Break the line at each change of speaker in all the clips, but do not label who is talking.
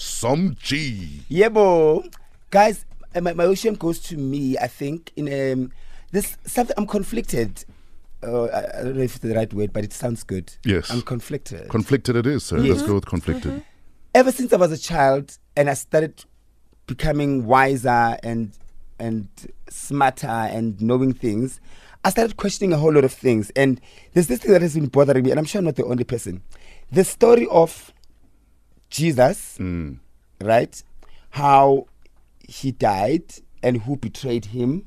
some G.
Yebo. Guys, uh, my, my ocean goes to me, I think, in um, this something I'm conflicted. Uh, I, I don't know if it's the right word, but it sounds good.
Yes.
I'm conflicted.
Conflicted it is, sir.
Yes. Uh-huh.
Let's go with conflicted.
Ever since I was a child and I started becoming wiser and and smarter and knowing things, I started questioning a whole lot of things. And there's this thing that has been bothering me, and I'm sure I'm not the only person. The story of Jesus, right? How he died and who betrayed him,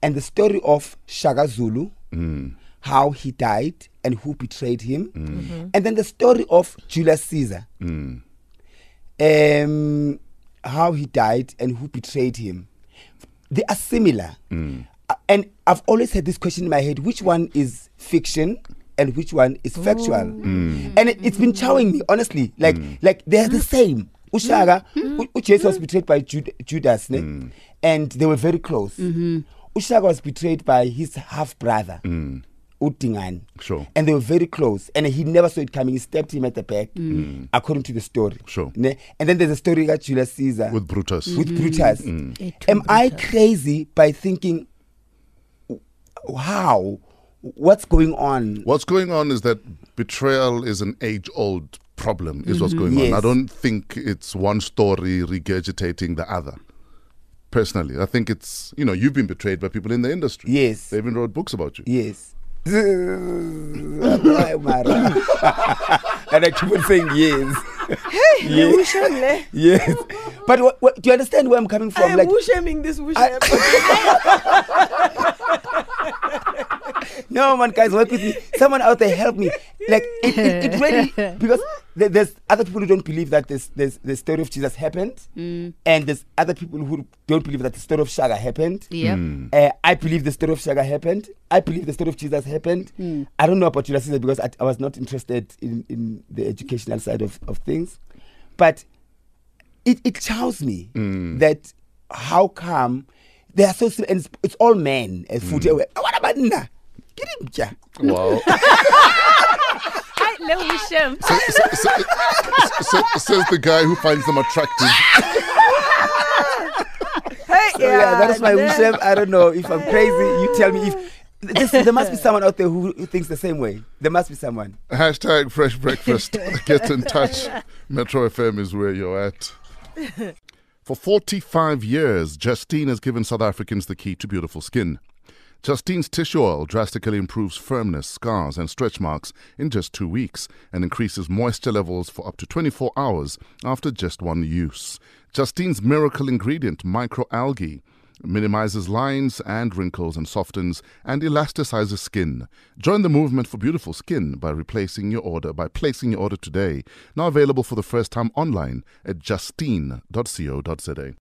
and the story of Shaka Zulu, how he died and who betrayed him, and then the story of Julius Caesar, um, how he died and who betrayed him. They are similar.
Mm.
Uh, And I've always had this question in my head which one is fiction? And which one is factual,
Mm.
and it, it's been chowing me honestly. Like, like they're the same. Ushaga, U- Uchesa was betrayed by Jud- Judas, ne?
Mm.
and they were very close. Ushaga was betrayed by his half brother, Utingan.
Mm. Sure.
And they were very close. And he never saw it coming. He stabbed him at the back, according to the story.
Mm. Sure.
Ne? And then there's a story about Julius Caesar
With Brutus.
with Brutus.
It
Am
will
I
matter.
crazy by thinking, w- how? What's going on?
What's going on is that betrayal is an age old problem, is what's going on. I
Yes.
don't think it's one story regurgitating the other. Personally, I think it's, you know, you've been betrayed by people in the industry.
Yes.
They even wrote books about you.
Yes. Why am I right? and I keep on saying yes.
Yeah.
Yes.
Wusham, ne?
Yes. But what, what, do you understand where I'm coming
I
from?
am
like,
wushaming this wusham.
no man, guys, work with me. Someone out there, help me. Like it, it, it really because there- there's other people who don't believe that this, this the story of Jesus happened, and there's other people who don't believe that the story of Shaga happened.
Yeah.
Uh, I believe the story of Shaga happened. I believe the story of Jesus happened. I don't know about Judas Caesar because I, I was not interested in, in the educational side of, of things. But it, it tells me that how come they are so sim- and it's, it's all men as food. What about Nna? Get him, yeah.
Wow.
I love Wisham.
S- s- s- s- says the guy who finds them attractive.
Hey,
So, yeah, that is my
ne?
wish. em. I don't know if I'm crazy. You tell me if this, there must be someone out there who, who thinks the same way. There must be someone.
Hashtag fresh breakfast. Get in touch. Metro FM is where you're at. For 45 years, Justine has given South Africans the key to beautiful skin. Justine's tissue oil drastically improves firmness, scars, and stretch marks in just two weeks and increases moisture levels for up to 24 hours after just one use. Justine's miracle ingredient, microalgae, minimizes lines and wrinkles and softens and elasticizes skin. Join the movement for beautiful skin by replacing your order by placing your order today. Now available for the first time online at justine.co.za.